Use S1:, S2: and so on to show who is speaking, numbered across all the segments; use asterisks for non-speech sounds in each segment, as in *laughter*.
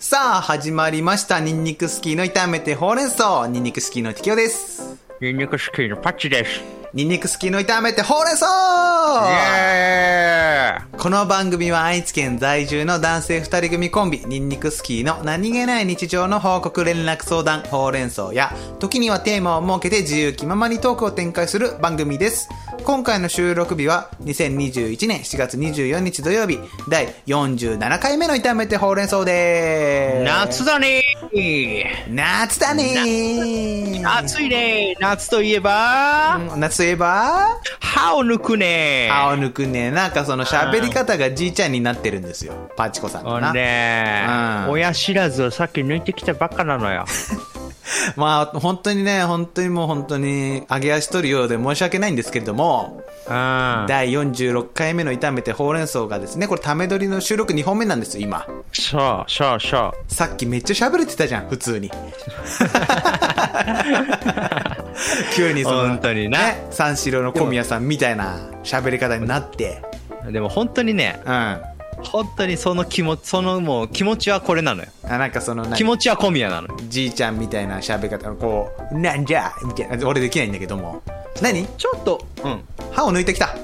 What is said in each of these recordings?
S1: さあ、始まりました。ニンニクスキーの炒めてほうれん草。ニンニクスキーの適用です。
S2: ニンニクスキーのパッチです。
S1: ニンニクスキーの炒めてほうれん草この番組は愛知県在住の男性2人組コンビ、ニンニクスキーの何気ない日常の報告連絡相談、ほうれん草や、時にはテーマを設けて自由気ままにトークを展開する番組です。今回の収録日は2021年7月24日土曜日、第47回目の炒めてほうれん草で
S2: ーす。夏だね
S1: 夏だね
S2: 暑いね夏といえば、
S1: うん、夏といえば
S2: 歯を抜くね
S1: 歯を抜くねなんかその喋り方がじいちゃんになってるんですよ。パチコさん
S2: のな。ね、うん、親知らずをさっき抜いてきたばっかなのよ。
S1: まあ、本当にね、本当にもう本当に、揚げ足取るようで申し訳ないんですけれども、うん、第46回目の炒めてほうれん草がですね、これ、ため撮りの収録2本目なんですよ、今。
S2: そう、そう、そう。
S1: さっきめっちゃ喋れてたじゃん、普通 *laughs* に。急にその、
S2: 本当にね、
S1: 三四郎の小宮さんみたいな喋り方になって。
S2: でも本当にね、うん、本当にその気持ちそのもう気持ちはこれなのよ
S1: あなんかその
S2: 気持ちは小宮なの
S1: じいちゃんみたいな喋り方のこう「なんじゃ」みたいな俺できないんだけども何
S2: ちょっと、うん、
S1: 歯を抜いてきた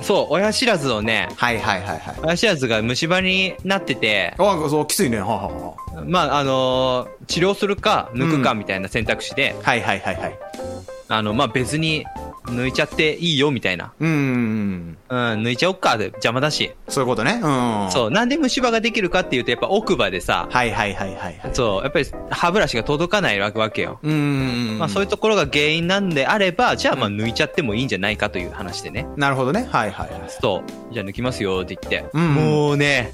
S2: そう親知らずをね
S1: はいはいはいはい
S2: 親知らずが虫歯になってて
S1: あそうきついねはあ、は
S2: あ、まああのー、治療するか抜くかみたいな選択肢で、
S1: うん、はいはいはいはい
S2: あのまあ別に抜いちゃっていいよみたいな。
S1: うん。
S2: うん、抜いちゃおっか、邪魔だし。。
S1: そういうことね。うん
S2: そう、なんで虫歯ができるかっていうと、やっぱ奥歯でさ。
S1: はいはいはいはい。
S2: そう、やっぱり歯ブラシが届かないわけよ。
S1: うん。
S2: まあそういうところが原因なんであれば、じゃあまあ抜いちゃってもいいんじゃないかという話でね。
S1: なるほどね。はいはいはい。
S2: そう、じゃあ抜きますよって言って。うん、もうね、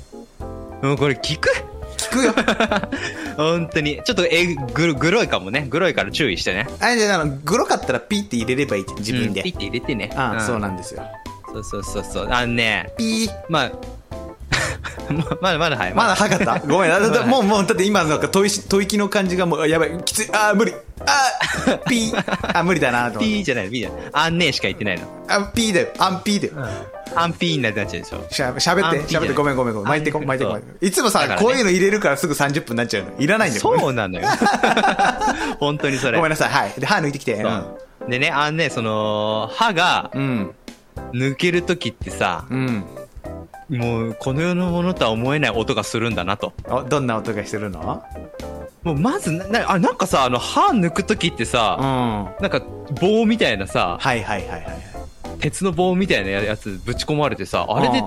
S2: もうこれ聞く *laughs*
S1: 聞くよ
S2: 本当にちょっとえぐグロいかもねグロいから注意してね
S1: あれじゃあのグロかったらピーって入れればいい自分で、うん、
S2: ピーって入れてね
S1: あ、うん、そうなんですよ
S2: そうそうそうそうあのね
S1: ピー
S2: まあ *laughs* まだまだはい
S1: まだ早かったごめん、ま、もうもうだって今なんか吐息吐息の感じがもうやばいきついあー無理あーピーあ無理だなと
S2: ピーじゃないピーじゃないあんねえしか言ってないの
S1: あんピーだよあんピーだよ、
S2: うんアンピーになっちゃうでしょ。
S1: しゃべって、しゃべって、ごめんごめんごめん。巻いてこ、巻いてこ。いつもさ、ね、こういうの入れるからすぐ30分になっちゃうの。いらないんだよ。
S2: そうな *laughs* のよ。本当にそれ。、
S1: ごめんなさい。はい。で、歯抜いてきて。うん
S2: でね、あのね、その、歯が、抜けるときってさ、
S1: うん、
S2: もう、この世のものとは思えない音がするんだなと。
S1: どんな音がするの
S2: もうまずなあなんかさあの歯抜く時ってさ、うん、なんか棒みたいなさ
S1: はいはいはいはい
S2: 鉄の棒みたいなやつぶち込まれてさあれで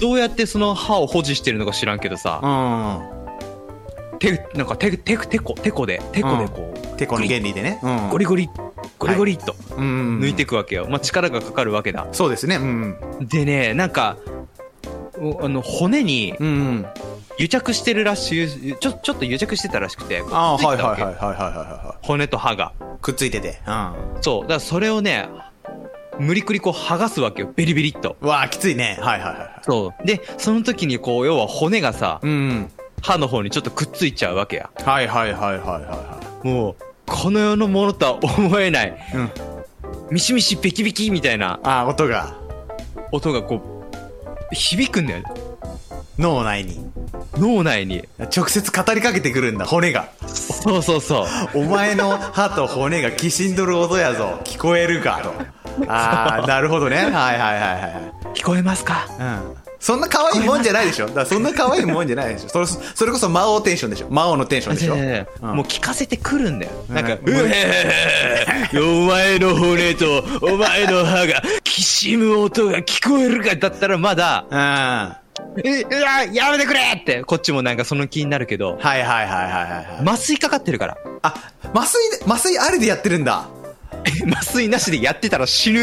S2: どうやってその歯を保持してるのか知らんけどさ、、
S1: うん
S2: 手なんか手手手こ手こで手こでこう、うん、
S1: 手この原理でね、
S2: うん、ゴリゴリゴリゴリっと抜いていくわけよ、まあ、力がかかるわけだ
S1: そうですね、うん、
S2: でねなんかあの骨に癒着してるらしいちょちょっと癒着してたらしくて
S1: あはいはいはいはいはいはい
S2: 骨と歯が
S1: くっついてて、うん、
S2: そうだからそれをね無理くりこう剥がすわけよ。ベリベリっと。
S1: わあ、きついね。はいはいはい。
S2: そう。で、その時にこう、要は骨がさ、
S1: うん、
S2: 歯の方にちょっとくっついちゃうわけや。。
S1: はいはいはいはいはい
S2: もう、この世のものとは思えない、うん、ミシミシビキビキみたいな。
S1: あ、音が。
S2: 音がこう、響くんだよ。
S1: 脳内に。
S2: 脳内に。
S1: 直接語りかけてくるんだ、骨が。。
S2: そうそうそう。
S1: お前の歯と骨がきしんどる音やぞ。聞こえるかと。ああ、なるほどね。はいはいはいはい
S2: 聞こえますか
S1: うん。そんな可愛いもんじゃないでしょ。だそんな可愛いもんじゃないでしょ。それそれこそ魔王テンションでしょ。魔王のテンションで
S2: *laughs*
S1: しょ。
S2: うん、もう聞かせてくるんだよ。なんか、うへへお前の骨とお前の歯がきしむ音が聞こえるかだったらまだ、
S1: うん。
S2: え、うわ、やめてくれって、こっちもなんかその気になるけど。
S1: はいはいはいはいはい。
S2: 麻酔かかってるから。
S1: あ、麻酔で、麻酔ありでやってるんだ。
S2: *laughs* 麻酔なしでやってたら
S1: *laughs*
S2: 死ぬ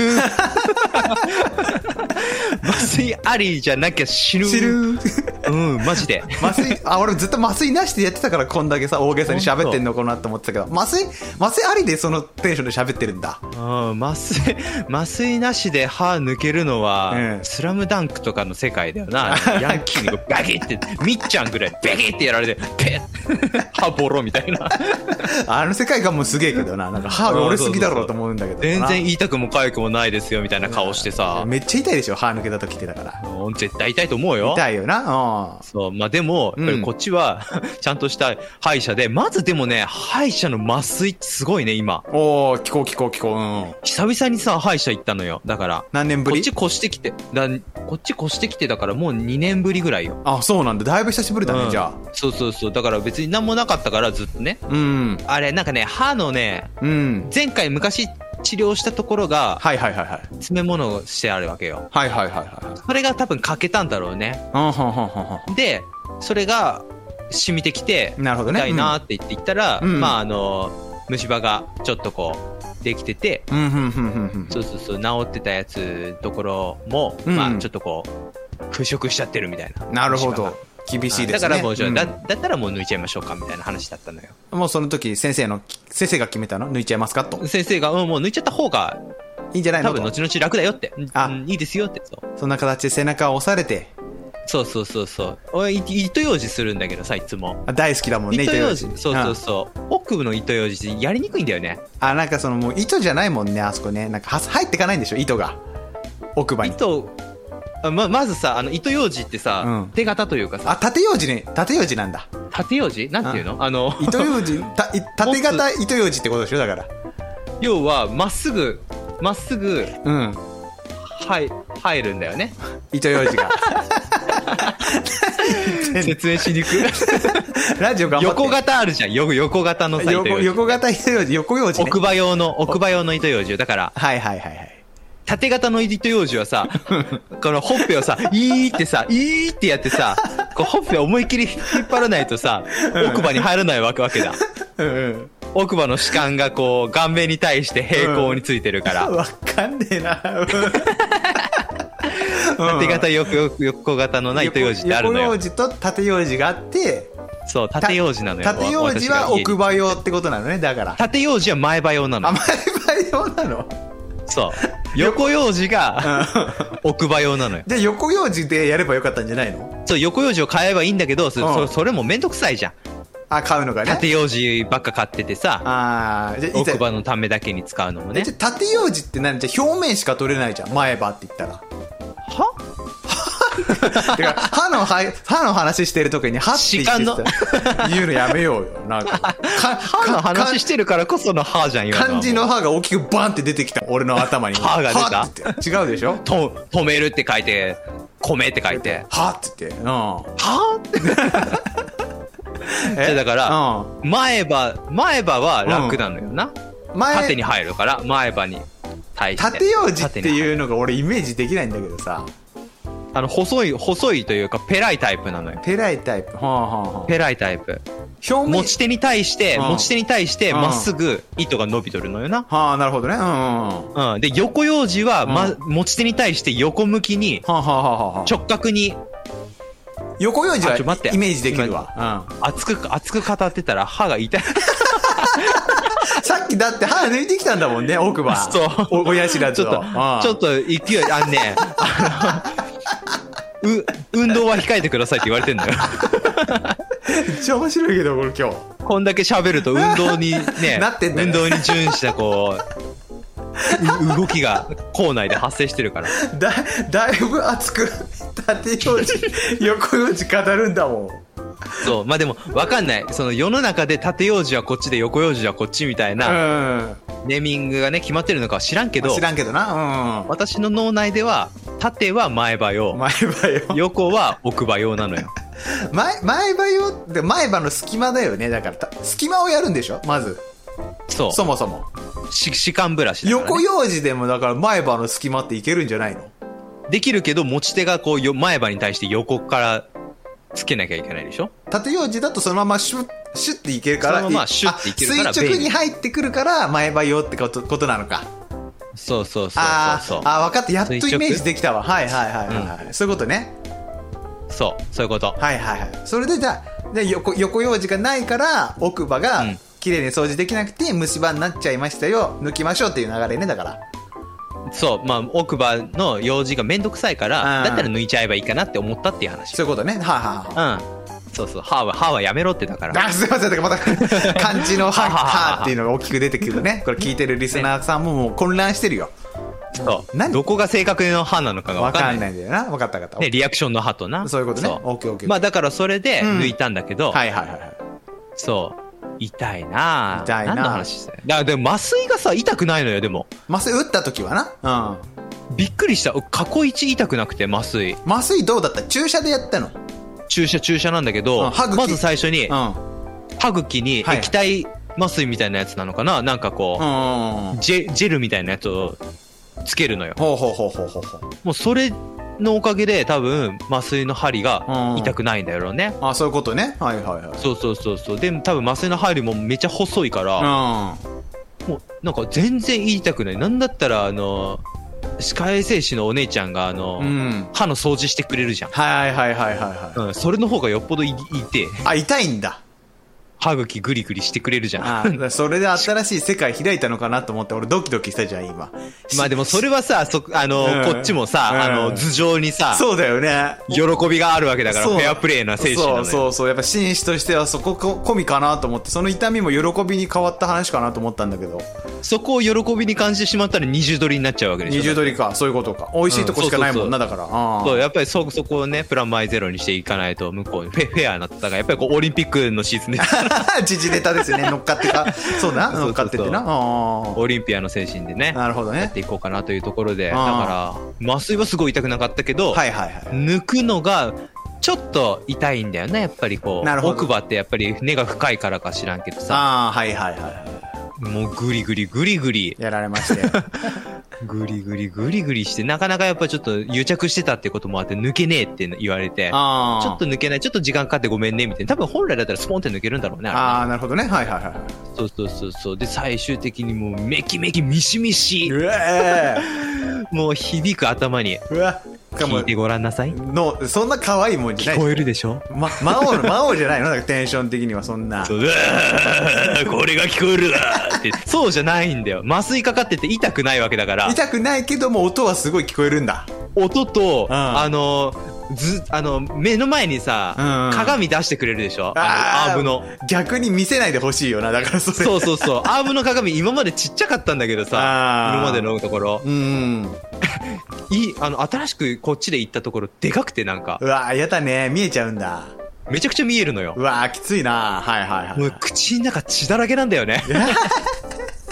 S2: 麻酔ありじゃなきゃ死ぬ
S1: 死ぬ
S2: うんマ
S1: *laughs*
S2: ジで
S1: 麻酔あ俺ずっと麻酔なしでやってたからこんだけさ大げさに喋ってんのかなと思ってたけど麻酔麻酔ありでそのテンションで喋ってるんだ
S2: うん麻酔麻酔なしで歯抜けるのは、うん、スラムダンクとかの世界だよ
S1: *laughs*
S2: なヤンキーにバキってみっちゃんぐらいベキってやられてペ
S1: *laughs*
S2: ッ歯ボロみたいな
S1: あの世界観もすげえけどななんか歯が折れすぎだろうと思うんだけど
S2: 全然痛くも痒くもないですよみたいな顔してさ
S1: めっちゃ痛いでしょ歯抜けた時来てたから。
S2: うん絶対痛いと思うよ。
S1: 痛いよな。
S2: そう。まあでも、やっぱりこっちは、 *laughs* ちゃんとした歯医者で、まずでもね、歯医者の麻酔ってすごいね、今。
S1: うん。おお聞こう聞こう聞こう。うん。
S2: 久々にさ、歯医者行ったのよ。だから。
S1: 何年ぶ
S2: こっ
S1: り
S2: ち越してきて、だこっち越してきてだからもう2年ぶりぐらいよ。
S1: あ、そうなんだ。だいぶ久しぶりだね、
S2: うん
S1: じゃあ。
S2: そうそうそう。だから別に何もなかったからずっとね。
S1: うん。
S2: あれ、なんかね、歯のね、
S1: うん。
S2: 前回昔治療したところが
S1: はいはいはいはい。
S2: 詰め物をしてあるわけよ。
S1: はいはいはいはい。
S2: それが多分欠けたんだろうね。
S1: うん、ほんほんほんほんほ
S2: で、それが染みてきて、
S1: ん。なるほどね。
S2: 痛いなーって言って行ったら、
S1: うん
S2: まああの、虫歯がちょっとこう、できてて、
S1: うん。うん、ふんふんふんふん。
S2: そうそうそう、治ってたやつところも、
S1: うん
S2: まあちょっとこう、払拭しちゃってるみたいな。
S1: なるほ
S2: 虫歯
S1: ど
S2: が。
S1: 厳しいですね。
S2: だからもう、じゃあ
S1: ん
S2: だだったらもう抜いちゃいましょうかみたいな話だったのよ。
S1: もうその時、先生の、先生が決めたの抜いちゃいますかと。
S2: 先生が、うん、もう抜いちゃった方が、
S1: いいんじゃない
S2: 多
S1: の
S2: 分
S1: と
S2: 後々楽だよって。うん
S1: あ
S2: うんいいですよって。そう
S1: そんな形で背中を押されて、
S2: そうそうそうそう。俺、い糸ようじするんだけどさ、いつも。
S1: あ大好きだもんね、
S2: 糸よう
S1: 糸
S2: じ
S1: よう。じ
S2: そうそうんそう。北部の糸ようじってやりにくいんだよね。
S1: あ、なんかそのもう糸じゃないもんね、あそこね。なんかは入ってかないんでしょ、糸が。奥歯に。
S2: 糸、あままずさ、あの糸ようじってさ、
S1: うん
S2: 手形というかさ、
S1: あ、縦ようじね。縦ようじなんだ。
S2: 縦ようじなんていうのあの、
S1: 糸ようじ、たい縦型糸ようじってことでしょ、だから。
S2: *laughs* 要は、まっすぐ、まっすぐ、
S1: うん。
S2: はい、入るんだよね。
S1: 糸よう
S2: *laughs*
S1: じが。
S2: 説明しにくい。
S1: ラジオ頑張って。
S2: 横型あるじゃん。よ横型のさ、糸よ
S1: 横
S2: うじ。
S1: 横型糸ようじ、横ようじね。
S2: 奥歯用の、奥歯用の糸ようじよだから、
S1: はいはいはいはい。
S2: 縦型の糸ようじ
S1: *laughs*
S2: はさ、このほっぺをさ、いーってさ、いーってやってさ、こうほっぺを思いっきり引っ張らないとさ、奥歯に入らないわけわけだ。
S1: うんうん。
S2: 奥歯の歯間がこう、顔面に対して平行についてるから、
S1: わかんねえ
S2: *laughs*
S1: な。
S2: 縦型、横、横横型のな糸ようじってあるの
S1: 横よう
S2: よ。
S1: じと縦ようじがあって、
S2: そう、縦ようじなのよ。
S1: 縦ようじは奥
S2: 歯。
S1: 歯用ってことなのね、だから。
S2: 縦ようじは前歯用なの
S1: 甘。え歯用なの
S2: そう。横ようじが奥歯用なのよ。
S1: じゃあ横ようじでやればよかったんじゃないの
S2: そう、横ようじを買えばいいんだけど、そ
S1: うん
S2: そそれもめんどくさいじゃん。
S1: あ、買うのがね。
S2: 縦ようじばっか買っててさ、
S1: ああ、じゃあい
S2: 奥
S1: ざ
S2: 歯のためだけに使うのもね
S1: じゃ。あ縦ようじって何じゃあ表面しか取れないじゃん、前歯って言ったら。
S2: は
S1: てか、歯 *laughs* のは、歯の話してる時に、歯って言って
S2: 歯
S1: た言うのやめようよ。なんか、か
S2: *laughs* 歯の
S1: か
S2: 話してるからこその歯じゃん、今のはも
S1: 漢
S2: う
S1: 字の歯が大きくバンって出てきた。俺の頭に。
S2: 歯が出た
S1: って言って違うでしょ
S2: と、止めるって書いて、米って書いて。
S1: 歯って言って。う
S2: は
S1: *laughs*
S2: って。
S1: ん。
S2: じゃあだから
S1: う
S2: 前歯、前歯は楽なのよな。
S1: ん。前、
S2: 縦に入るから、前歯に対して。
S1: 縦ようじって
S2: う。
S1: いうのが俺イメージできないんだけどさ。
S2: あの、細い、細いというか、ペライタイプなのよ。
S1: ペライタイプ。はあはあは
S2: ペライタイプ。
S1: あ。表
S2: 持
S1: 面。
S2: ち手に対して、
S1: うん
S2: 持ち手に対して、
S1: うん
S2: まっすぐ糸が伸びとるのよな。
S1: はあ、なるほどね。うんうんうん。は
S2: うん。で、横用事は、ま
S1: う、
S2: 持ち手に対して横向きに、
S1: あはあはあはあ。
S2: 直角に
S1: 横ようじは
S2: あちょ待って
S1: イメージできるわ。うん。
S2: 熱く、熱く語ってたら歯が痛い。
S1: さっきだって歯抜いてきたんだもんね、奥歯。
S2: そう
S1: お親知らず
S2: ちょ
S1: を。
S2: っと、 *laughs* ちょっ
S1: と。
S2: と勢い、あんね、あの、う、運動は控えてくださいって言われてんだよ。
S1: めっちゃ面白いけど、これ今日。
S2: こんだけ喋ると運動にね、
S1: *laughs* なってんだよ
S2: 運動に準したこう、う動きが口内で発生してるから。
S1: だだいぶ熱く縦用事横用事語るんだもん
S2: そう。まあでも、わかんない。その世の中で縦用事はこっちで横用事はこっちみたいな、
S1: うん
S2: ネーミングがね、決まってるのかは知らんけど
S1: 知、らんけどな
S2: 私の脳内では、縦は前歯
S1: うん
S2: 用、
S1: 前歯よ
S2: 横は奥歯用なのよ。
S1: 前前歯よって前歯の隙間だよねだからた隙間をやるんでしょまず
S2: そう。
S1: そもそも
S2: し歯間ブラシだからね
S1: 横用事でもだから前歯の隙間っていけるんじゃないの
S2: できるけど持ち手がこうよ前歯に対して横からつけなきゃいけないでしょ
S1: 縦用事だとそのままシュッシュッていけるから
S2: そのままシュッていけるから
S1: あ垂直
S2: 便
S1: に
S2: 利
S1: 入ってくるから前歯用ってことことなのか
S2: そうそうそう
S1: あー
S2: そうそう
S1: あー分かったやっと
S2: 垂直
S1: イメージできたわはいはいはいはい、はい、そういうことね
S2: そうそういうこと
S1: はいはいはいそれでじゃあで横横用事がないから奥歯が
S2: うん
S1: 綺麗に掃除できなくて虫歯になっちゃいましたよ抜きましょうっていう流れねだから
S2: そうまあ奥歯の用事がめんどくさいから、
S1: うん
S2: だったら抜いちゃえばいいかなって思ったっていう話
S1: そういうことねはいはいは
S2: うんそうそう歯は歯はやめろってだから
S1: いあすいませんだからまた漢字の「は」
S2: はははは
S1: *laughs* はっていうのが大きく出てくるねこれ聞いてるリスナーさんももう混乱してるよ
S2: そう
S1: 何
S2: どこが正確の歯なのかが
S1: わ
S2: 分か
S1: か
S2: ん
S1: ん
S2: ない。
S1: ないんだよな。わかったわかった。
S2: ね、リアクションの歯とな。
S1: そういうことね。
S2: そ
S1: オッケーオッケー。
S2: まあだからそれで
S1: うん
S2: 抜いたんだけど、
S1: はいはいはいはい。
S2: そう。痛いなぁ
S1: 痛いなぁ
S2: 何の話してだからでも麻酔がさ、痛くないのよ、でも。
S1: 麻酔打った時はな。
S2: びっくりした。過去一痛くなくて、麻酔。
S1: うん。麻酔どうだった注射でやったの。
S2: 注射注射なんだけ
S1: う
S2: ど
S1: ん歯茎、
S2: まず最初に
S1: う、ん。うん
S2: 歯茎に
S1: はい
S2: 液体麻酔みたいなやつなのかななんかこ
S1: う
S2: う、
S1: んうん。
S2: ジェジェルみたいなやつをつけるのよ。
S1: ほうほうほうほうほうほう。
S2: もうそれのおかげで多分麻酔の針
S1: う
S2: が
S1: ん
S2: 痛くないんだよね。
S1: あ、そういうことね。はいはいはい。
S2: そうそうそうそう。で、多分麻酔の針もめっちゃ細いから、
S1: う
S2: もうなんか全然痛くない。なんだったら、あの、歯科衛生士のお姉ちゃんが、あの、
S1: ん。うん。
S2: 歯の掃除してくれるじゃん。
S1: はいはいはいはいはい。
S2: うん、それの方がよっぽどい痛え。
S1: あ、痛いんだ。
S2: 歯茎グリグリしてくれるじゃん。
S1: あそれで新しい世界開いたのかなと思って、俺ドキドキしたじゃん、今。
S2: *laughs* まあでもそれはさ、そ、あの、
S1: うん
S2: こっちもさ、
S1: うん
S2: あの、頭上にさ、
S1: そうだよね。
S2: 喜びがあるわけだから、フ
S1: そう
S2: ェアプレーな精神な
S1: そ
S2: のよ。
S1: うそうそう。やっぱ紳士としてはそこ込みかなと思って、その痛みも喜びに変わった話かなと思ったんだけど。
S2: そこを喜びに感じてしまったら二重取りになっちゃうわけでしょ。
S1: 二重取りか、そういうことか。美味しいとこしかないもんな、だから。あ
S2: そ
S1: *laughs*
S2: う、
S1: ー
S2: やっぱりそ、そこをね、プラマイゼロにしていかないと、向こうにフェフェアな戦い。やっぱりこう、オリンピックのシーズン
S1: *laughs*
S2: で、
S1: 時事ネタですよね。乗っかって
S2: *laughs*
S1: か。そうだな、
S2: そうそうそう
S1: 乗っかってってな。あー
S2: オリンピアの精神でね、
S1: なるほど
S2: やっ
S1: ね。
S2: ていこうかなというところで、だ
S1: あー
S2: から、麻酔はすごい痛くなかったけど、
S1: はいはいはい。
S2: 抜くのが、ちょっと痛いんだよね、やっぱりこ
S1: なる
S2: う、
S1: ほど
S2: 奥歯ってやっぱり根が深いからか知らんけどさ、
S1: ああ、はいはいは
S2: もうグリグリグリグリ
S1: い。、やられま
S2: *laughs*
S1: して。
S2: グリグリグリグリして、なかなかやっぱちょっと癒着してたってこともあって、抜けねえって言われて、
S1: ああ。
S2: ちょっと抜けない、ちょっと時間かかってごめんね、みたいな。多分本来だったらスポンって抜けるんだろうね、あ
S1: ああ、なるほどね。はいはいは
S2: れねそうそうそうそう。で、最終的にもうめきめきミシミ
S1: い。
S2: シ、
S1: うえ
S2: もう響く頭に、
S1: ーうわ。しか
S2: 聞
S1: も
S2: いて、ごらんなさい。
S1: の、そんな可愛いもんじゃな
S2: 聞
S1: い
S2: こ。えるでしょ
S1: ま、 *laughs* 魔王の、魔王じゃないのだからテンション的にはそんな
S2: そ。ううわーこれが聞こえるわーって。そうじゃないんだよ。麻酔かかってて痛くないわけだから、
S1: 痛くないけども音はすごい聞こえるんだ。
S2: 音と、
S1: うん
S2: あの、ず、あの、目の前にさ、
S1: うん
S2: 鏡出してくれるでしょあのアームの。。
S1: 逆に見せないでほしいよな。だからそれ。
S2: そうそう
S1: *laughs*
S2: そう。アームの鏡、今までちっちゃかったんだけどさ
S1: あ、ー
S2: 今までのところ。
S1: うん。
S2: いい、あの、新しくこっちで行ったところ、でかくてなんか、
S1: うわやだね。見えちゃうんだ。
S2: めちゃくちゃ見えるのよ
S1: う。わきついな。はいはいはい。
S2: もう口の中血だらけなんだよね。 *laughs*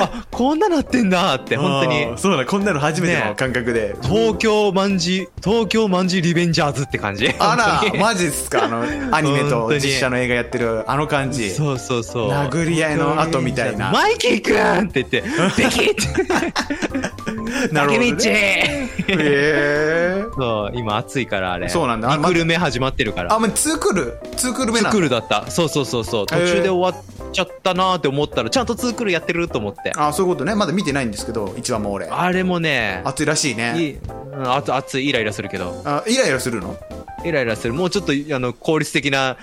S2: あ、こんななってんだって、本当
S1: あー
S2: に。
S1: そうだ、こんなの初めて
S2: ね
S1: の感覚で。
S2: 東京まんじ、東京まんじリベンジャーズって感じ。
S1: あ
S2: 本当
S1: ら、
S2: に
S1: マジっすかあの、
S2: *laughs*
S1: アニメ
S2: 本
S1: と
S2: 当に
S1: 実写の映画やってるあの感じ。
S2: そうそうそう。
S1: 殴り合いの後みたいな
S2: マイキーくんって言って、ベキって。
S1: *laughs* なるほど、
S2: タケ
S1: ね。
S2: ミチ
S1: へえ。
S2: そう、今暑いからあれ。
S1: そうなんだあ
S2: 2クル目始まってるから
S1: あ、。もうツークルツークル目
S2: ツー
S1: な
S2: ク
S1: の
S2: ルだった。そうそうそうそう。途
S1: へー
S2: 中で終わっちゃったなーって思ったら、ちゃんとツークルやってると思って。
S1: あ、そういうことね。まだ見てないんですけど、一話も俺。
S2: あれもね、
S1: 熱いらしい
S2: い
S1: ね。
S2: いうんあつ熱い、イライラするけど、
S1: あ、イライラするの
S2: イライラする。もうちょっと、あの、効率
S1: *laughs*
S2: 的な、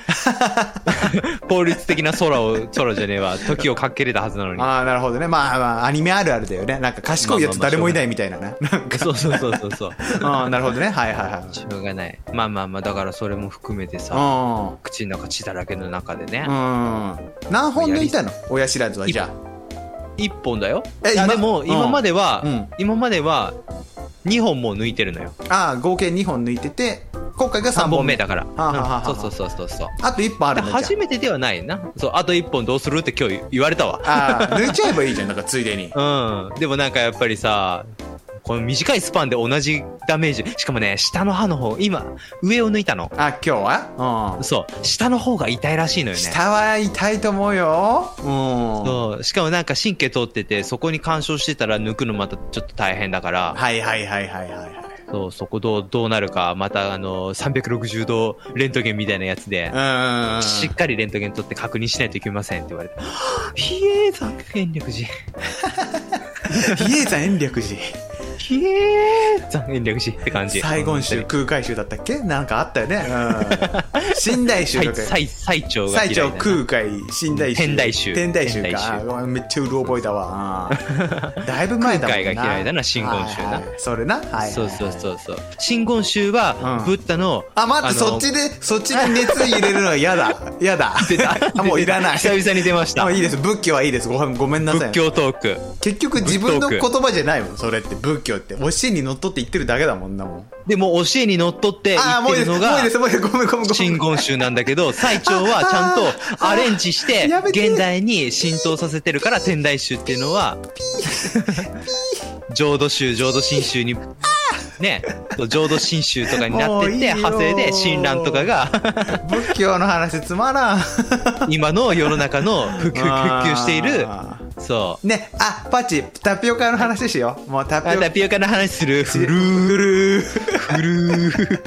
S2: 効率的な空を、空じゃねえわ、時をかけれたはずなのに。
S1: ああ、なるほどね。まあまあ、アニメあるあるだよね。なんか賢いやつ誰もいないみたいなね。なんか。
S2: そうそうそうそう
S1: *laughs*
S2: そう。
S1: ああ、なるほどね。はいはいはい。
S2: しょうがない。まあまあまあ、だからそれも含めてさ、
S1: う
S2: 口の中血だらけの中でね、
S1: ん。うん。何本抜いたの親知らずはじゃ
S2: 一本だよ。
S1: え
S2: いや
S1: 今
S2: でも、
S1: うん
S2: 今までは、
S1: うん
S2: 今までは、2本もう抜いてるのよ。
S1: あ。ああ、合計2本抜いてて、今回が3
S2: 3
S1: 本
S2: 本
S1: 目
S2: 目。だから。
S1: あはあはあ
S2: うんそうそうそうそうそう。
S1: あと1本あるんだじ
S2: 初
S1: ゃ
S2: めてではないな。そう、あと1本どうするって今日言われたわ。
S1: あ。ああ、抜いちゃえばいいじゃん。なんかついで
S2: *laughs*
S1: に。
S2: うん。でもなんかやっぱりさ、この短いスパンで同じダメージ。しかもね、下の歯の方、今、上を抜いたの。
S1: あ、今日はうん。
S2: そう。下の方が痛いらしいのよね。
S1: 下は痛いと思うよ。うん。
S2: そう。しかもなんか神経通ってて、そこに干渉してたら抜くのまたちょっと大変だから、
S1: はいはいはいはいはいはい。
S2: そう、そこどう、どうなるか、またあの、360度レントゲンみたいなやつで、
S1: うん。
S2: しっ
S1: *laughs*
S2: かりレントゲン取って確認しないといけませんって言われて、ひえー、三角延暦寺。
S1: 比叡山延暦寺。
S2: 比ひえー残念略死って感じ。
S1: 最後週、空海集だったっけなんかあったよね。うん。 *laughs* 新大衆
S2: 最
S1: とか。
S2: 最最長が
S1: 最
S2: 嫌いだ
S1: 長
S2: な
S1: 空海新大衆
S2: 天台宗
S1: 天台宗
S2: 天台宗
S1: かあごめんめっちゃうる覚えたわ
S2: *laughs*
S1: うんだいぶ前だもんな
S2: 空海が嫌いだな真言宗
S1: は
S2: な
S1: いはいそれなはいはいはい
S2: そうそうそうそう。真言宗は
S1: うん、
S2: ブッダの、
S1: あ待って
S2: の
S1: そっちでそっちで熱入れるのは嫌
S2: *laughs*
S1: だ嫌だあもういらない
S2: 久々に出ました
S1: もう。いいです仏教はいいですごめんごめんなさいね
S2: 仏教トーク。
S1: 結局自分の言
S2: 仏教
S1: 葉じゃないもんそれって仏教って教えにのっとって言ってるだけだもんなもん
S2: でも、教えにのっとって言
S1: ああ
S2: っ
S1: もうい
S2: て
S1: いで
S2: る
S1: すも
S2: の
S1: ういい
S2: が
S1: で、すもういいですごめんごめんごめ
S2: 真
S1: ん
S2: 言宗なんだけど、最長
S1: *laughs*
S2: はちゃんとアレンジして
S1: やめ、て
S2: 現代に浸透させてるから、天台宗っていうのは、浄土宗、浄土真宗に、ね、浄土真宗とかになってって、
S1: も
S2: 派
S1: ういい
S2: 生
S1: よ
S2: で親鸞とかが、
S1: *laughs* 仏教の話つまらん
S2: 今の世の中の普及、普及している、
S1: あ
S2: そう。
S1: ーねあパッチタピオカの話しようもうタピ
S2: あ
S1: オカ
S2: タピオカの話 *laughs* する。ふるー。ふるー。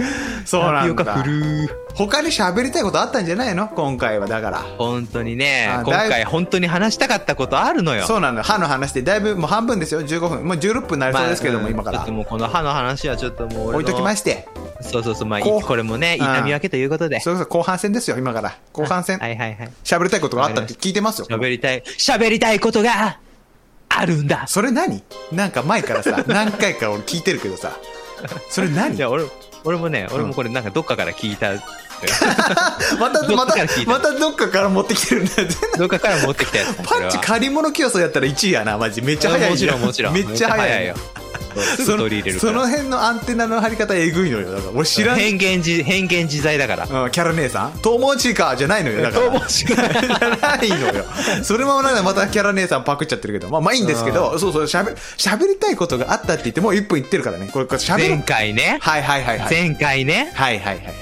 S1: そう
S2: タ
S1: な
S2: ピ
S1: ん
S2: オカふ
S1: だ
S2: るー。
S1: 他に喋りたいことあったんじゃないの今回はだから
S2: 本当にね
S1: あ、
S2: 今
S1: だいぶ
S2: 回本当に話したかったことあるのよ。
S1: そうなの歯の話でだいぶもう半分ですよ15分もう16分になりそうですけども、
S2: まあ
S1: 今か
S2: ちょっ
S1: ら
S2: ともうこの歯の話はちょっともう俺の
S1: 置いときまして
S2: そうそうそう、まあ、
S1: こう
S2: これもね、痛み分けということで。
S1: それこそ後半戦ですよ今から後半戦
S2: はいはいはい。
S1: 喋りたいことがあったって聞いてますよ
S2: 喋りたい、喋りたいことがあるんだ。
S1: それ何なんか前からさ何回か俺聞いてるけどさそれ何
S2: じゃあ俺、俺もね、俺もこれなんかどっかから聞いた。
S1: *laughs* また
S2: どっ
S1: ま
S2: かから
S1: た
S2: 聞いた
S1: またどっかから持ってきてるんだよ
S2: どっかから持ってきたやつ。
S1: パッチ借り物競争やったら1位やなマジめっちゃ早いよ
S2: もちろんもちろん。
S1: めっちゃ早いよ
S2: よ。すぐ取り入れるか
S1: その
S2: ら。
S1: 辺のアンテナの張り方えぐいのよだから俺知らん、
S2: 変幻自、変幻自在だから。
S1: うん、キャラ姉さん「トウモチか」じゃないのよだから
S2: 面白い。
S1: じゃ *laughs* ないのよそれもなんかまたキャラ姉さんパクっちゃってるけどまあまあいいんですけどそうそうしゃべしゃべりたいことがあったって言ってもう1分いってるからねこれこれしゃべる
S2: 前回ね、
S1: はいはいはいはい
S2: 前回ね、
S1: はいはいはいはい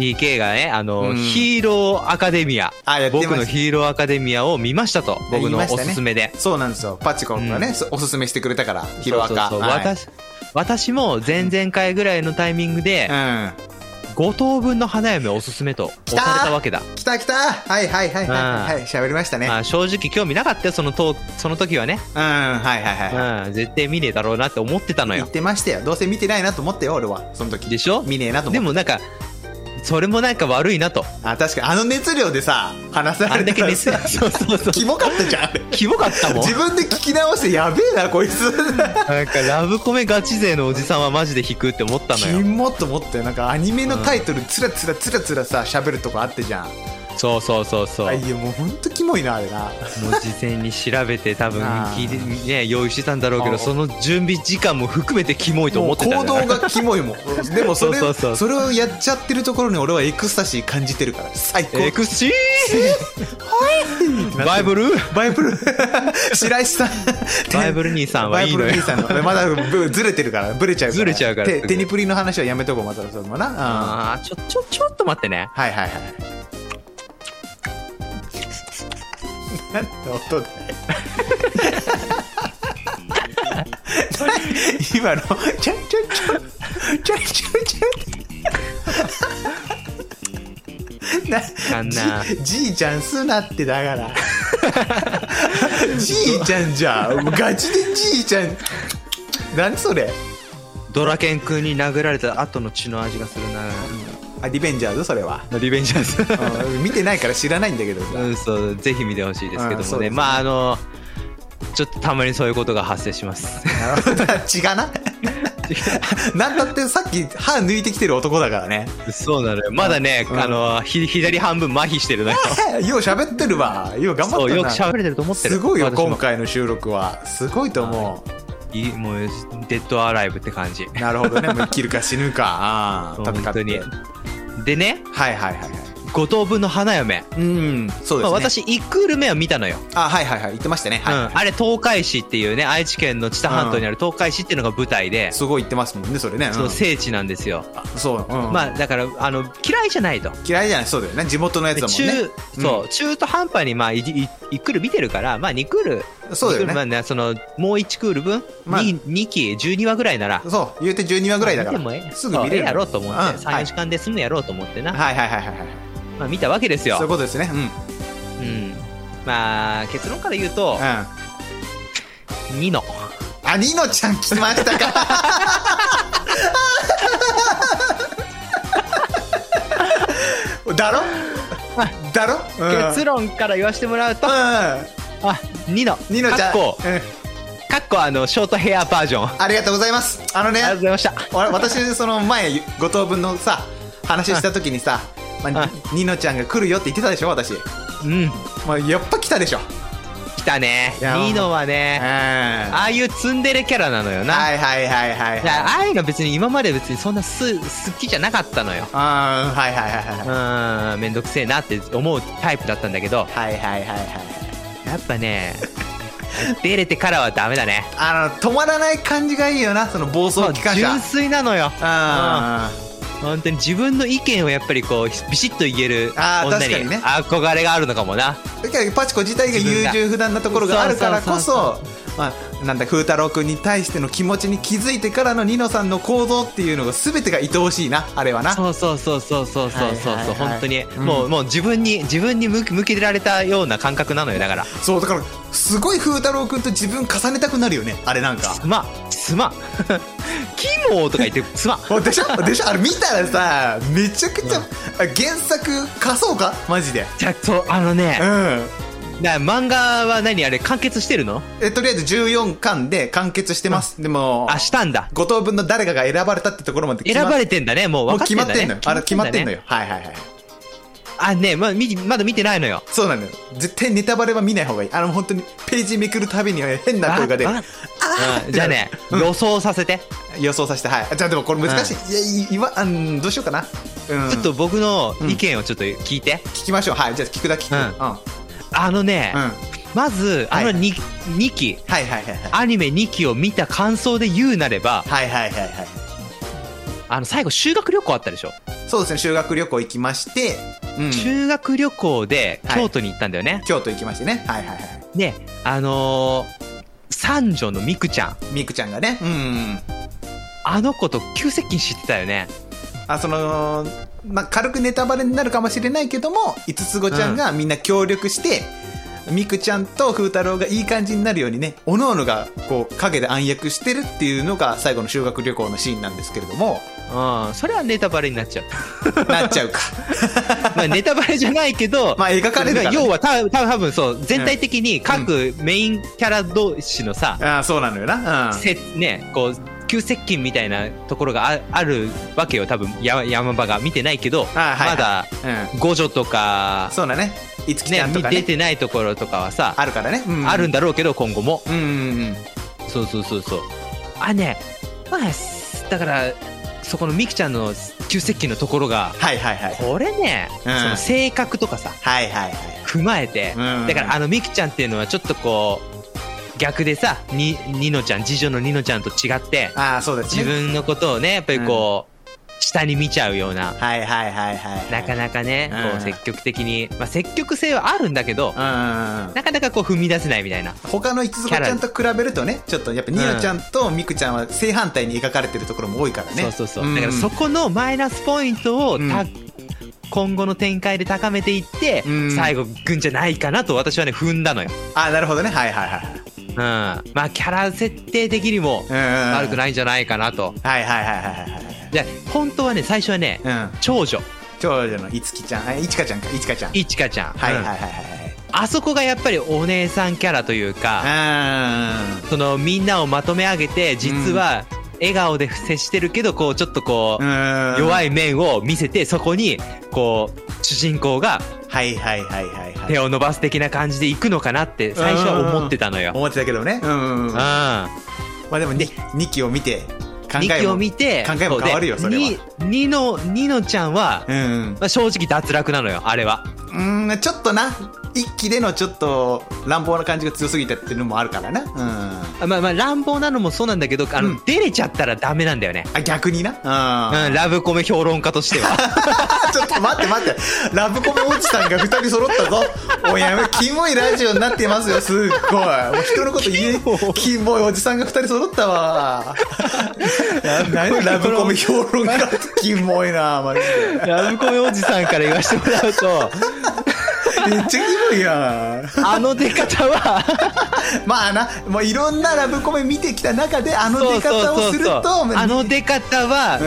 S2: TK がね、あの、
S1: うん
S2: ヒーローアカデミア。
S1: あやってました
S2: 僕のヒーローアカデミアを見ましたと。僕
S1: 言
S2: の
S1: いまし
S2: お
S1: たね
S2: すすめで。
S1: そうなんですよパチコンがね、そおすすめしてくれたからヒロアカ
S2: そうそうそう
S1: はい
S2: 私、私も前々回ぐらいのタイミングで、5等分の花嫁おすすめと
S1: 来たー
S2: 押されたわけだ。
S1: うん来た来たはいはいはいはいはいしゃべりましたね
S2: まあ正直興味なかったよ、そのとその時はね。
S1: うんはいはいはい、
S2: うん、絶対見ねえだろうなって思ってたの
S1: 言
S2: よ
S1: っ。てましたよどうせ見てないなと思ったよ俺はその時
S2: でしょ
S1: 見ねえなと思
S2: で
S1: って
S2: もなんか、それもなんか悪いなと。
S1: あ確かにあの熱量でさ話さ
S2: あ
S1: れ
S2: れ
S1: て
S2: だ
S1: た
S2: け
S1: らさ *laughs*
S2: 熱量、そうそう *laughs* そう。
S1: キモかったじゃんあれ
S2: キモかったもん。
S1: 自分で聞き直してやべえなこいつ
S2: なんかラブコメガチ勢のおじさんはマジで引くって思ったの
S1: キ
S2: よ。
S1: モっと思ったよなんかアニメのタイトルつらつらつらつらさ喋るとこあってじゃん
S2: そうそうそうそう。
S1: あいやもうほんとキモいなあれな
S2: もう事前に調べて多分
S1: なあ
S2: 聞いて、ね、用意してたんだろうけ
S1: ああ
S2: どその準備時間も含めてキモいと思
S1: もう
S2: ってた
S1: 行
S2: んだ
S1: 動がキモいもんでもそれ
S2: そうそうそう
S1: それをやっちゃってるところに俺はエクスタシー感じてるから最高
S2: エクシーバイブル
S1: バイ
S2: *laughs*
S1: ブル白石さん
S2: バイブル兄さんはいいの
S1: バイブル
S2: よ
S1: 兄さんのまだぶずれてるからぶれちゃうから
S2: ずれちゃうから
S1: 手手にプリの話はやめとこうまたそれもな、うん、は
S2: あーちょちょちょっと待ってね
S1: いはいはいなんて音だよ *laughs* 今のちょいちょいちょいちょいちょい *laughs* ちょいな
S2: かんな
S1: じいちゃんすなってだ
S2: *laughs*
S1: からじいちゃんじゃんガチでじいちゃん何それ
S2: ドラケン君に殴られた後の血の味がする
S1: あリベンジャーズそれは、
S2: なリベンジャーズ
S1: うん見てないから知らないんだけどさ、
S2: うんそうぜひ見てほしいですけ
S1: うん
S2: ど
S1: そ
S2: も
S1: うですね
S2: ねまああのちょっとたまにそういうことが発生します
S1: なるほど血がななんだってさっき歯抜いてきてる男だからね
S2: そうなのよまだね
S1: うん
S2: あのひ左半分麻痺してるのよ
S1: よう喋ってるわよう頑張
S2: そ
S1: っ
S2: う
S1: た
S2: よく
S1: な
S2: 喋れてると思ってる
S1: すごいよ
S2: 私も
S1: 今回の収録はすごいと思
S2: いいもうデッドアライブって感じ
S1: うなるほどねもう生きるか死ぬかあー
S2: 本
S1: 戦っ
S2: 当に
S1: てはい
S2: でね
S1: はいはいはい
S2: 五等分の花嫁、
S1: うんそう
S2: まあ、
S1: ですね
S2: 私1クール目は見たのよ、
S1: あはいはいはい言ってましたねはい
S2: うん、あれ東海市っていうね愛知県の知多半島にある東海市っていうのが舞台で、
S1: すごい言ってますもんねそれね、うん
S2: その聖地なんですよ、
S1: そう、うん
S2: まあだからあの嫌いじゃないと、
S1: 嫌いじゃないそうだよね地元のやつ
S2: で
S1: だもんね
S2: 中そう中途半端にまあいい1クール見てるからまあ2クール
S1: そうだよね
S2: 二クールまあねそのもう1クール分、
S1: まあ
S2: に 2, 期12話ぐらいなら
S1: そう言うて12話ぐらいだか
S2: 見てもえ
S1: ら
S2: え
S1: すぐ見れ
S2: そうええ
S1: る
S2: やろうと思って、
S1: うんはい
S2: 34時間で済むやろうと思ってな、
S1: はいはいはいはいはい
S2: まあ、見たわけですよ
S1: そういうことですねうんうん
S2: うんまあ結論から言うと
S1: あ
S2: 2の
S1: あ、ニノちゃん来ましたか。 *laughs* だろだろ、うん、
S2: 結論から言わせてもらうと、
S1: う
S2: あ、ニノ。
S1: ん。ニノちゃん。
S2: かっこ、
S1: うん
S2: かっこあの、ショートヘアバージョン。あ
S1: ありがとうございます。あのね
S2: り、がとうございました。
S1: わ私、その前、五等分のさ、話した時にさ、まあ
S2: はい、
S1: ニノちゃんが来るよって言ってたでしょ、私。
S2: うん。
S1: まあ、やっぱ来たでしょ。
S2: 来たね。
S1: いや
S2: ニノは
S1: うん。
S2: ね、
S1: は
S2: ああいうツンデレキャラなのよ
S1: い
S2: な。
S1: はいはいはい
S2: だ
S1: はい。
S2: からああいうの別に今まで別にそんなす好きじゃなかったのよ。
S1: あーはいはいはいは
S2: う
S1: い。
S2: ーん、めんどくせえなって思うタイプだったんだけど、
S1: はいはいはいはい。
S2: やっぱ
S1: *laughs*
S2: ね、出れてからはダメだね。
S1: あの、止まらない感じがいいよな、その暴走機関車。
S2: 純粋なのよ。
S1: あ
S2: 本当に自分の意見をやっぱりこう、ビシッと言える
S1: あー
S2: 女
S1: 確かに
S2: に
S1: ね
S2: 憧れがあるのかもな。
S1: だからパチコ自体が優柔不断なところがあるからこそ
S2: そ
S1: まあなんだ風太郎君に対しての気持ちに気づいてからのニノさんの行動っていうのが全てが愛おしいなあれはな
S2: そうそうそうそうそうそうそう
S1: はいはい
S2: そう、
S1: はい
S2: 本当に。
S1: ん
S2: もう、もう自分に、自分に向け向けられたような感覚なのよ、だから。
S1: そうだからすごい風太郎君と自分重ねたくなるよねあれなんか
S2: す *laughs* ま、すま。キモーとか言って、すま。
S1: おでしょでしょあれ見たらさめちゃくちゃ、あ原作貸そうかマジで
S2: じゃあ、そう、あのね
S1: う、ん
S2: だから漫画は何あれ完結してるの
S1: えとりあえず14巻で完結してます、でも
S2: あ、したんだ。
S1: 5等分の誰かが選ばれたってところまで
S2: 選ば
S1: れ
S2: れてんだね、もう
S1: もう
S2: 分かって
S1: 決まっ
S2: んだ、ね。
S1: てんのよあれ決まってんの
S2: よ。
S1: よはいはいはい
S2: あ、ねまだ見まだ見てないのよ。
S1: そうなんだよ。絶対ネタバレは見ない方がいい。あの、本当に、ページめくるたびに変な声が出る
S2: わ。うんじゃあね、予想させて。
S1: 予想させて、はい。じゃあでもこれ難しい。いや、いいわ、うん、どうしようかな。うん。
S2: ちょっと僕の意見をちょっと聞いて。
S1: 聞きましょう。はい。じゃあ聞くだけ聞く。う。
S2: うんん
S1: うん。は
S2: あのね、
S1: い
S2: まず、あの
S1: はい
S2: 2, 2期、
S1: はいはいはい。
S2: アニメ2期を見た感想で言うなれば、
S1: はいはいはいはい。
S2: あの、最後修学旅行あったでしょ、
S1: そうですね、修学旅行行きまして、うん。
S2: 修学旅行で
S1: はい
S2: 京都に行ったんだよね。
S1: 京都行きましてね。はいはいはい。
S2: で、あのー三女のみくちゃん。
S1: みくちゃんがね。うん。
S2: あの子と急接近してたよね。
S1: あ、その、まあ、軽くネタバレになるかもしれないけども、五つ子ちゃんがみんな協力して、みくちゃんと風太郎がいい感じになるようにね、おのおのが、こう、陰で暗躍してるっていうのが最後の修学旅行のシーンなんですけれど
S2: *laughs*
S1: も、
S2: うん、それはネタバレになっちゃう。 *laughs*
S1: なっちゃうか。
S2: まあネタバレじゃないけど、
S1: *laughs* まあ、描かれるから、ね。
S2: 要はた多分そう全体的に各メインキャラ同士のさ、
S1: ああ、そうなのよな。うん。
S2: せねこう急接近みたいなところがああるわけよ多分や山場が見てないけど、
S1: あはい
S2: まだ
S1: う
S2: 五女とか
S1: ん。、そうだね。いつきち
S2: ね
S1: ゃんとか
S2: 出
S1: ね。
S2: てないところとかはさあ,、
S1: あるからね。うん。
S2: るんだろうけど今後も
S1: うんうんうん。
S2: そうそうそうそうあねまあすだからそこのみくちゃんの急接近のところが
S1: はいはいはい。
S2: これね、
S1: うん
S2: その性格とかさ
S1: はいはいはい。
S2: 踏まえて、
S1: うん
S2: だからあのみくちゃんっていうのはちょっとこう逆でさににのちゃん次女のにのちゃんと違って
S1: ああ、そうですね。
S2: 自。分のことをねやっぱりこう、下に見ちゃうような
S1: はいはいはいはい。
S2: なかなかね、
S1: う
S2: こ
S1: ん
S2: う積極的に、まあ、積極性はあるんだけど、
S1: うんうんうん。
S2: なかなかこう踏み出せないみたいな
S1: 他の五つ子ちゃんと比べるとねちょっとやっぱニノちゃんとミクちゃんは正反対に描かれてるところも多いからね
S2: そうそうそう、
S1: ん
S2: だからそこのマイナスポイントをた、
S1: う
S2: 今後の展開で高めていって、
S1: うん
S2: 最後くんじゃないかなと私はね踏んだのよ、
S1: あなるほどねはいはいはい
S2: うん、まあキャラ設定的にも悪
S1: 悪
S2: く
S1: い
S2: ないんじゃないかなと、
S1: はいはいはいはいはい
S2: で本当はね最初はね、
S1: はいうん
S2: 長女
S1: 長女のいつきちゃんあいちかちゃんかいちかちゃんはい
S2: いちかちゃん、
S1: はいは
S2: うん
S1: いはい
S2: あそこがやっぱりお姉さんキャラというか、
S1: はい
S2: そのみんなをまとめ上げて実は笑顔で接してるけどこうちょっとこ
S1: う
S2: う、
S1: ん
S2: 弱
S1: い
S2: い面を見せてそこにこう主人公が
S1: はいはいはいはいはい
S2: 手を伸ばす的な感じでいくのかなって最初は思ってたのよ。
S1: 思ってたけどねうんうんうん
S2: うん
S1: まあでもね二期を見て考
S2: ニ
S1: え
S2: キを
S1: も
S2: 見て
S1: 考えも変わるよ
S2: そう
S1: そ
S2: で
S1: れは
S2: ににのにのちゃんは、
S1: うんうん
S2: まあ、正直脱落なのよあれは。
S1: うんちょっとな一期でのちょっと乱暴な感じが強すぎたっていうのもあるからなうん
S2: あまあまあ乱暴なのもそうなんだけどあ
S1: う
S2: の、
S1: ん
S2: 出れちゃったらダメなんだよね、
S1: あ逆になうん
S2: うん、ラブコメ評論家とし
S1: *laughs*
S2: ては
S1: ちょっと待って待って。ラブコメおじさんが二人揃ったぞ。おいやめ、キモいラジオになってますよ、すっごい。もう人のこと言え、キモいおじさんが二人揃ったわ。何 *laughs* ラブコメ評論家ってキモいな、マジで。
S2: *laughs* ラブコメおじさんから言わせてもらうと
S1: めっちゃキモいやん。
S2: あの出方は、
S1: *laughs* まあな、もういろんなラブコメ見てきた中で、あの出方をすると、
S2: あの出方は、
S1: う
S2: そ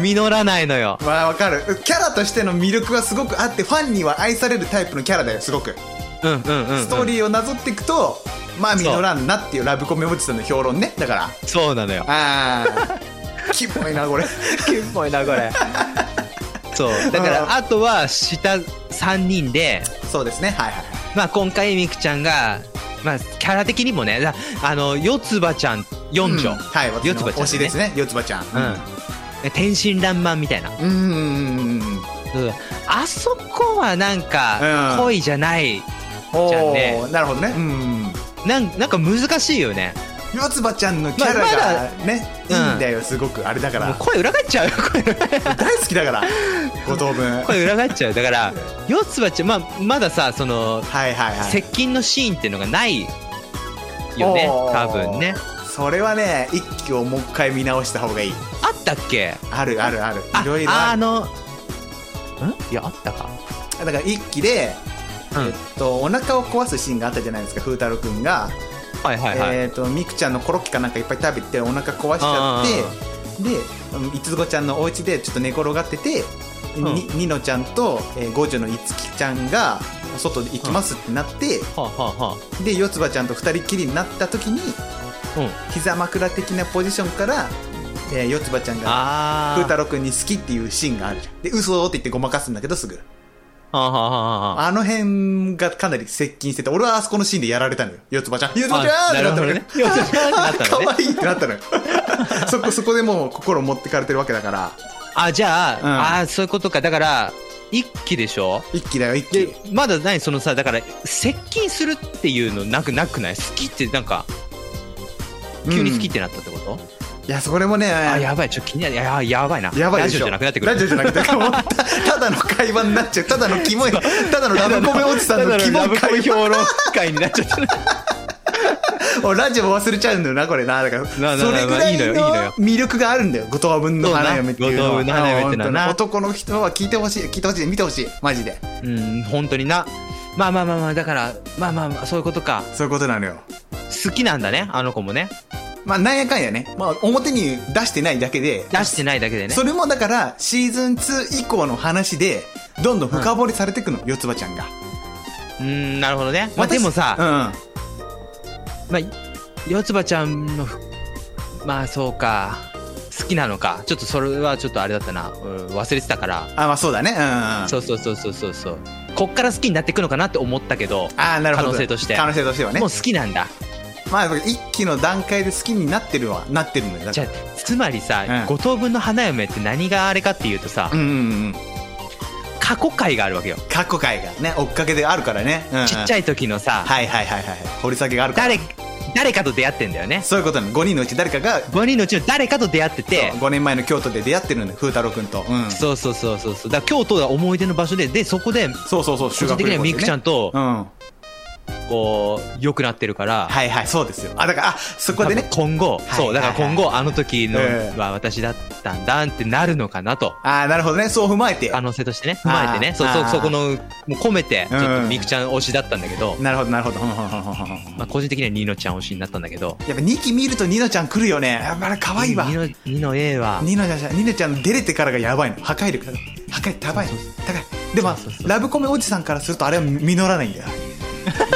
S2: う、
S1: ん
S2: 実らないのよ。
S1: まあわかる。キャラとしての魅力がすごくあって、ファンには愛されるタイプのキャラだよ、すごく。
S2: うんうんうんうん。
S1: ストーリーをなぞっていくと、まあ実らんなっていうラブコメおじさんの評論ね。だから。
S2: そうなのよ。
S1: ああ。 *laughs* キモいな、これ。
S2: キモいな、これ。そう。だか
S1: うん
S2: ら、あとは、下3人で、
S1: そうですね、はいはい。
S2: まあ、今回、みくちゃんが、まあ、キャラ的にもね、だあの、四つ葉ちゃん四女、
S1: うんはい、私
S2: 四つ
S1: の
S2: 葉ちゃんね
S1: 推しですね、四つ葉ちゃん。
S2: うん。天真爛漫みたいな。
S1: うん。うんうんうんうん。
S2: うんあそこはなん
S1: う
S2: か、
S1: ん
S2: 恋じゃない。
S1: お
S2: じゃあね
S1: ー、なるほどね。うん。
S2: なんなんか難しいよね。
S1: 四つ葉ちゃんのキャラ
S2: まあ
S1: が
S2: ま
S1: ね、
S2: うん
S1: いいんだよ、すごく。あれだか
S2: もう
S1: ら。
S2: 声裏返っちゃうよ、 *laughs* 声裏返っ
S1: 大好きだから、 *laughs* 五等分。はい
S2: 声裏返っちゃう。だから、四つ葉ちゃん、まあ、まださ、その、
S1: はいはい。
S2: 接近のシーンっていうのがないよね、
S1: おー
S2: 多分ね。
S1: それはね一気をもう一回見直した方がいい
S2: あったっけ
S1: あるあるある
S2: あ
S1: いろいろ
S2: あ
S1: ある
S2: の、んいや、あったか。
S1: だから一気で、
S2: うん
S1: えっと、お腹を壊すシーンがあったじゃないですか風太郎くんが、
S2: はいはいはい。
S1: えっとみくちゃんのコロッケかなんかいっぱい食べてお腹壊しちゃってでうんいつごちゃんのお家でちょっと寝転がってて、
S2: ん
S1: ににのちゃんと、えー、五女のいつきちゃんが外で行きますってなって、
S2: はあ、はあは
S1: で四つ葉ちゃんと二人っきりになった時に
S2: あ、うん。
S1: 膝枕的なポジションから、えー、四つ葉ちゃんが
S2: あ
S1: 風
S2: ー。
S1: 太郎くんに好きっていうシーンがあるじゃん。で、嘘って言ってごまかすんだけどすぐ。
S2: はあはあはあはあ。
S1: あの辺がかなり接近してて、俺はあそこのシーンでやられたのよ。四つ葉ちゃん。四つ葉ちゃんってなっ
S2: なるほ
S1: た
S2: ど
S1: のよ。 *laughs*
S2: ね。四つ葉
S1: あ
S2: になった
S1: 可
S2: のね。
S1: 愛いってなったの
S2: *laughs*
S1: よ。そこ、そこでもう心持ってかれてるわけだから、
S2: あ、じゃあ、
S1: うん
S2: あーそういうことか。だから、一期でしょ
S1: 一気だよ、一気
S2: で。、まだない、そのさ、だから、接近するっていうのなくなくない好きって、なんか、急に好きってなったってこと、
S1: いや、それもね、
S2: あ、
S1: や
S2: やばい、ちょっと気になる。やややばいな。
S1: ばい
S2: ラ
S1: で
S2: ジオ
S1: し
S2: じ
S1: ょ。
S2: ゃなくなってく
S1: ラジオ
S2: る。
S1: じゃなくて、もうたただの会話になっちゃう。ただのキモい、ただのラブコメおじさんのキモい会話。*laughs*
S2: 評論会になっちゃった。
S1: 俺ラジオ忘れちゃうんだよな、これな。だから、
S2: なな
S1: それぐらい
S2: いいのよいいのよ
S1: の魅力があるんだよ。五等分の花嫁っていうのは。
S2: そうな五等分の花嫁ってのはな
S1: あの本当に男の人は聞いてほしい、聞いてほしい、見てほしい。マジで。
S2: うん、本当にな。まあまあまあまあ、だから、まあまあまあ、そういうことか。
S1: そういうことなのよ。
S2: 好きなんだね、あの子もね。
S1: まあ、なんやかんやね。まあ、表に出してないだけで。
S2: 出してないだけでね。
S1: それもだから、シーズン2以降の話で、どんどん深掘りされていくの、四つ葉ちゃんが。
S2: うん、なるほどね。まあでもさ、
S1: う
S2: まあ、四つ葉ちゃんの、まあそうか、好きなのか。ちょっとそれはちょっとあれだったな。うん忘れてたから。
S1: ん。あ、まあそうだね。うん。
S2: そうそうそうそうそうそう。こっから好きになっていくのかなって思ったけど、
S1: あーなるほど。
S2: 可能性として
S1: 可能性としてはね
S2: もう。好きなんだ。
S1: まあ、一期の段階で好きになってるは、なってるんだよ。だ
S2: じ
S1: か
S2: ゃあ
S1: ら
S2: つまりさ、
S1: うん
S2: 五等分の花嫁って何があれかっていうとさ、
S1: うんうんうん。
S2: 過去回があるわけよ。
S1: 過去回がね追っかけであるからね、うんうん
S2: ちっちゃい時のさ、
S1: はいはいはいはい掘り下げがあるから
S2: 誰誰かと出会ってんだよね
S1: そういうことなの5人のうち誰かが
S2: 5人のうちの誰かと出会ってて
S1: 5年前の京都で出会ってるんだよ風太郎くんと、うん、
S2: そうそうそうそうそうだから京都が思い出の場所ででそこで
S1: そうそうそう
S2: 個
S1: 修
S2: 人
S1: 学
S2: 的にはみくちゃんと
S1: うんは
S2: こう良くなってるから、
S1: いはいそうですよあだからあそこでね
S2: 多分今後、
S1: い
S2: そうだから今後、
S1: は
S2: あの時の
S1: ええ
S2: は私だったんだってなるのかなと
S1: ああなるほどねそう踏まえて
S2: 可能性としてね踏ま
S1: あ
S2: えてね
S1: ー
S2: そう
S1: あ
S2: そ
S1: ー
S2: そこのもう込めてち
S1: う
S2: ょ
S1: ん
S2: っとみくちゃん推しだったんだけど、
S1: なるほどなるほどほんほんほんほんほんほん
S2: まあ、個人的にはニノちゃん推しになったんだけど
S1: やっぱ2期見るとニノちゃん来るよねやっぱあれ可愛いわ
S2: ニノニノ
S1: *laughs*
S2: A は
S1: ニノちゃんニノちゃん出れてからがやばいの破壊力だから破壊高い高いでも
S2: そうそうそう
S1: ラブコメおじさんからするとあれは実らないんだよ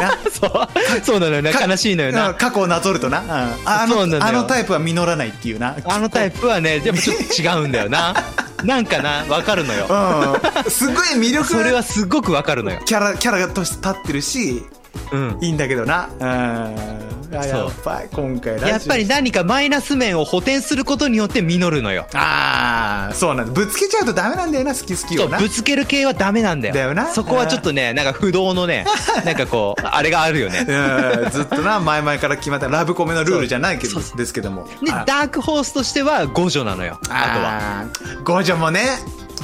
S1: な
S2: そうそうなのよね悲しいのよな
S1: うん過去をなぞるとな、うんあの
S2: そうなのよ
S1: あのタイプは実らないっていうな
S2: あのタイプはね、やっぱちょっと違うんだよな。 *laughs* なんかな、わかるのよ。
S1: うんすごい魅力
S2: それはすごくわかるのよ。
S1: キャラキャラとして立ってるし
S2: うん。
S1: いいんだけどなうんあ
S2: そう
S1: やっぱり今回ラジオ
S2: やっぱり何かマイナス面を補填することによって実るのよ。
S1: ああそうなんだぶつけちゃうとダメなんだよな好き好き
S2: そ
S1: を
S2: う、
S1: な
S2: ぶつける系はダメなんだよ。
S1: だよな
S2: そこはちょっとね、なんか不動
S1: *laughs*
S2: のね、なんかこう、あれがあるよね。
S1: うんずっとな前々から決まったラブコメのルールじゃないけ
S2: そ
S1: ど
S2: うそ
S1: ですけども
S2: で、
S1: あ
S2: ダークホースとしては五女なのよ。あ
S1: あとは五女もね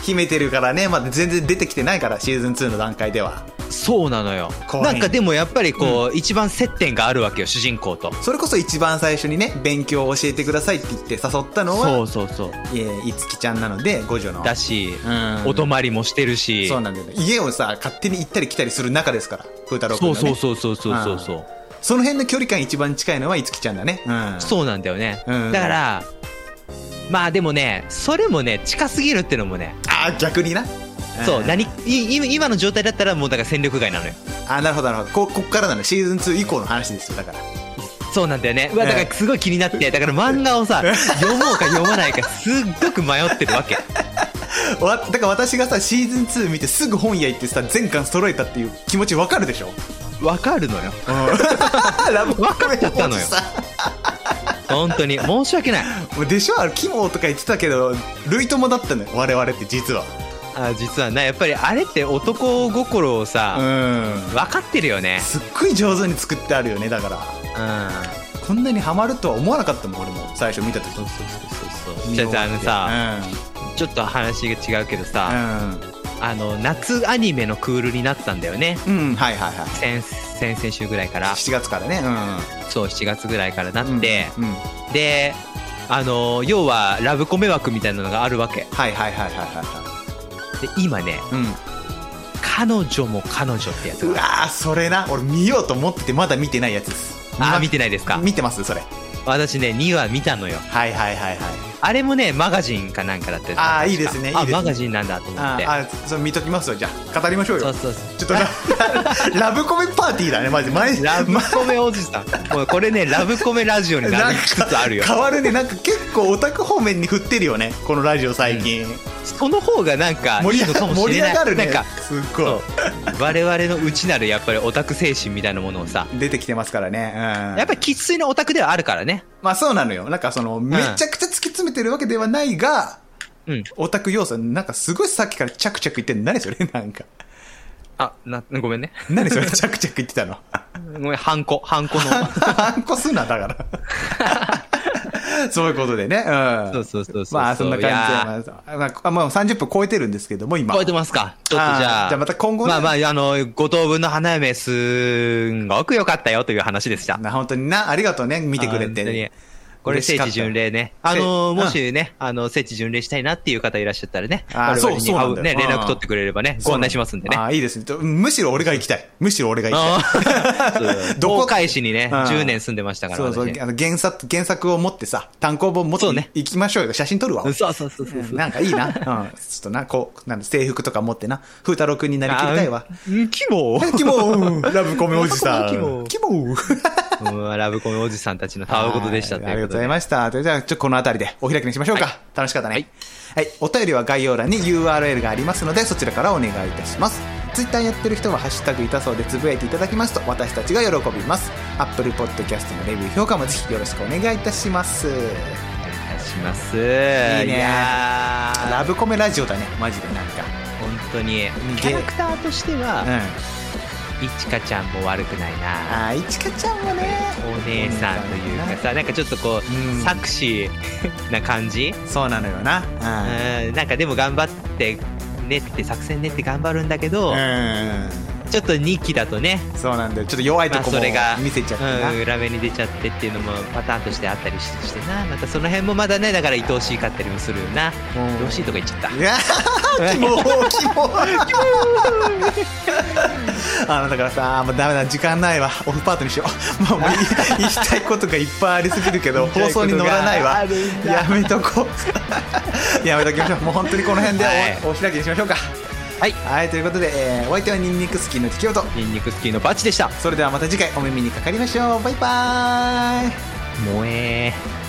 S1: 秘めてるからねまだ全然出てきてないからシーズン2の段階では
S2: とは。そうなのよ
S1: 怖い
S2: なんかでもやっぱりこう、一番接点があるわけよ主人公と
S1: それこそ一番最初にね、勉強を教えてくださいって言って誘ったの
S2: そ
S1: は、
S2: うそうそう
S1: えーいつきちゃんなので、五女の。
S2: だし、
S1: うん
S2: お泊まりもしてるし
S1: そうなんだよね。家をさ、勝手に行ったり来たりする中ですから、風太郎君
S2: そ
S1: の、
S2: う
S1: ね。
S2: そうそうそうそうそうそう
S1: うその辺の距離感一番近いのはいつきちゃんだね。うん。
S2: そうなんだよね、
S1: うん
S2: だからまあでもねそれもね近すぎるってのもね、
S1: ああ、逆にな。
S2: そ
S1: ん
S2: う何い今今の状態だったらもうだから戦力外なのよ
S1: あ、なるほど、なるほど。こ、こっからなの。シーズン2以降の話ですよ、だから。
S2: そうなんだよねうわだか
S1: え
S2: らすごい気になってだから漫画をさ読もうか読まないかすっごく迷ってるわけ
S1: わ、だから私がさ、シーズン2見てすぐ本屋行ってさ、全巻揃えたっていう気持ちわかるでしょ
S2: *laughs* わかるのよ
S1: ラブ
S2: わかっちゃっ
S1: *laughs*
S2: たのよ
S1: おじさん
S2: 本当に申し訳ない
S1: もうでしょあれ、キモとか言ってたけど、類友だったのよ、我々って実は。
S2: あ実はなやっぱりあれって男心を
S1: う
S2: さ、
S1: ん。
S2: 分かってるよね
S1: すっごい上手に作ってあるよね、だから。
S2: うん
S1: こんなにハマるとは思わなかったもん、俺も。最初見た時
S2: そうそうそうそうそうじゃあじゃああのさ、ちょっと話が違うけど
S1: う
S2: さ、
S1: ん。
S2: あの夏アニメのクールになったんだよね
S1: うん。うん、はいはいはい。
S2: 先先々週ぐらいから
S1: 7月からね。
S2: そう7月ぐらいからな
S1: うん。
S2: って、
S1: うんうん。
S2: であの要はラブコメ枠みたいなのがあるわけ
S1: はいはいはいはいは
S2: で今ね
S1: い。うん。
S2: 彼女も彼女ってやつ
S1: う
S2: が
S1: わーそれな俺見ようと思っててまだ見てないやつです
S2: あー見
S1: て
S2: てないですか
S1: 見てますそれ
S2: 私ね2話見たのよ
S1: はいはいはいはい
S2: あれもねマガジンかなんかだったよ
S1: あー
S2: 確か
S1: いいですねいい
S2: あ
S1: ですね
S2: マガジンなんだと思
S1: あ
S2: って
S1: ーあーそれ見ときますよじゃあ語りましょう
S2: そ
S1: よ
S2: うそうそう
S1: ちょっとラ
S2: *laughs*
S1: ラブコメパーティーだねマジ毎日
S2: ラブコメおじさんもうこれねラブコメラジオにな
S1: なん
S2: りつつあるよ
S1: か変わるねなんか結構オタク方面に振ってるよねこのラジオ最近、
S2: その方がなんかいいのかもし
S1: 盛り
S2: れな
S1: 上
S2: い
S1: がるね
S2: なんか
S1: すっ
S2: そ
S1: ご
S2: う我々の内なるやっぱりオタク精神みたいなものをさ
S1: い出てきてますからね、うん、
S2: やっぱり生粋のオタクではあるからね
S1: まあそうなのよなんかそのめちゃくちゃ突き詰めてるわけではないが、
S2: うん
S1: オタク要素なんかすごいさっきからチャクチャク言ってんの何それ *laughs* なんか
S2: あなごめんね
S1: 何
S2: *laughs*
S1: それチャクチャク言ってたの *laughs*
S2: ごめんハンコハンコの
S1: 反抗すんな、だ
S2: *laughs*
S1: から。そういうことでね。うん。
S2: そうそうそうそうそう
S1: まあ、そんない
S2: や
S1: 感じでまあまあ。まあ、30分超えてるんですけども、今。
S2: 超えてますかちょっとじゃ
S1: あー
S2: あ
S1: じゃあまた今後ね
S2: まあまああの五等分の花嫁すんごく良かったよという話でした
S1: な本当にな、ありがとうね、見てくれ
S2: あー本当に
S1: て。
S2: これ
S1: 嬉し
S2: 聖
S1: かった
S2: 地巡礼ね。あのー、
S1: せ
S2: もしね、あの、聖地巡礼したいなっていう方いらっしゃったらね、
S1: あー
S2: 我々に
S1: そうそうなんだよ
S2: ね、連
S1: うん
S2: 絡取ってくれればね、ご案内しますんでね。
S1: ああ、いいですね。とむしろ俺が行きたい。むしろ俺が行きたい。
S2: あ
S1: *laughs*
S2: ー
S1: どこ
S2: 東海市にね、
S1: うん
S2: 10年住んでましたから、
S1: そうそう、
S2: 私ね
S1: あの原作、原作を持ってさ、単行本持って
S2: そうね
S1: 行きましょうよ。写真撮るわ。
S2: そうそうそうそうそう。
S1: なんかいいな。うん。ちょっとな、こう、なんだ制服とか持ってな、風太郎くんになりきりたいわ。
S2: うんキモ
S1: *laughs* キモーラブコメおじさん。
S2: *laughs* キモー
S1: キモー
S2: うんラブコメおじさんたちのたわごとでした
S1: は
S2: と
S1: いあり
S2: い
S1: が
S2: う
S1: う
S2: こと
S1: ご
S2: で
S1: ざいました。それじゃあ、ちょっとこの辺りでお開きにしましょうか。
S2: はい
S1: 楽しかったね、は
S2: はいい。
S1: お便りは概要欄に URL がありますので、そちらからお願いいたします。ツイッターやってる人は、ハッシュタグいたそうでつぶやいていただきますと、私たちが喜びます。Apple Podcast のレビュー評価もぜひよろしくお願いいたします。
S2: お願いします。い
S1: ね
S2: やー
S1: ラブコメラジオだね、マジでなんか。
S2: 本当に。キャラクターとして
S1: う
S2: は、
S1: ん。
S2: いちかちゃんも悪くないな。
S1: あー、いちかちゃんもね。
S2: お姉さんというかさなんかちょっとこう、
S1: うん
S2: サクシーな感じ、
S1: そうなのよな。うん。
S2: うん、なんかでも頑張って練って作戦練って頑張るんだけど、
S1: うん。
S2: ちょっと2期だとね、
S1: そうなんだよ。ちょっと弱いと
S2: まあ、
S1: こも
S2: それが
S1: 見せちゃってな。
S2: うん、裏目に出ちゃってっていうのもパターンとしてあったりししてなまたその辺もまだねだから愛おしいかったりもするよな
S1: うん
S2: 愛おしいとか言っちゃ
S1: *laughs*
S2: った
S1: いやーキモーキモーあのだからさもうダメだ時間ないわオフパートにしよう *laughs* もうもうい言いたいことがいっぱいありすぎるけど放送に乗らないわ
S2: 言いたい
S1: やめと
S2: ことが
S1: こう *laughs* やめときましょうもう本当にこの辺で
S2: はい
S1: お,、開きにしましょうか
S2: はい
S1: はいということで、えーお相手はニンニクスキーの適応と
S2: ニンニクスキーのバチでした
S1: それではまた次回お耳にかかりましょうバイバーイ
S2: 萌えー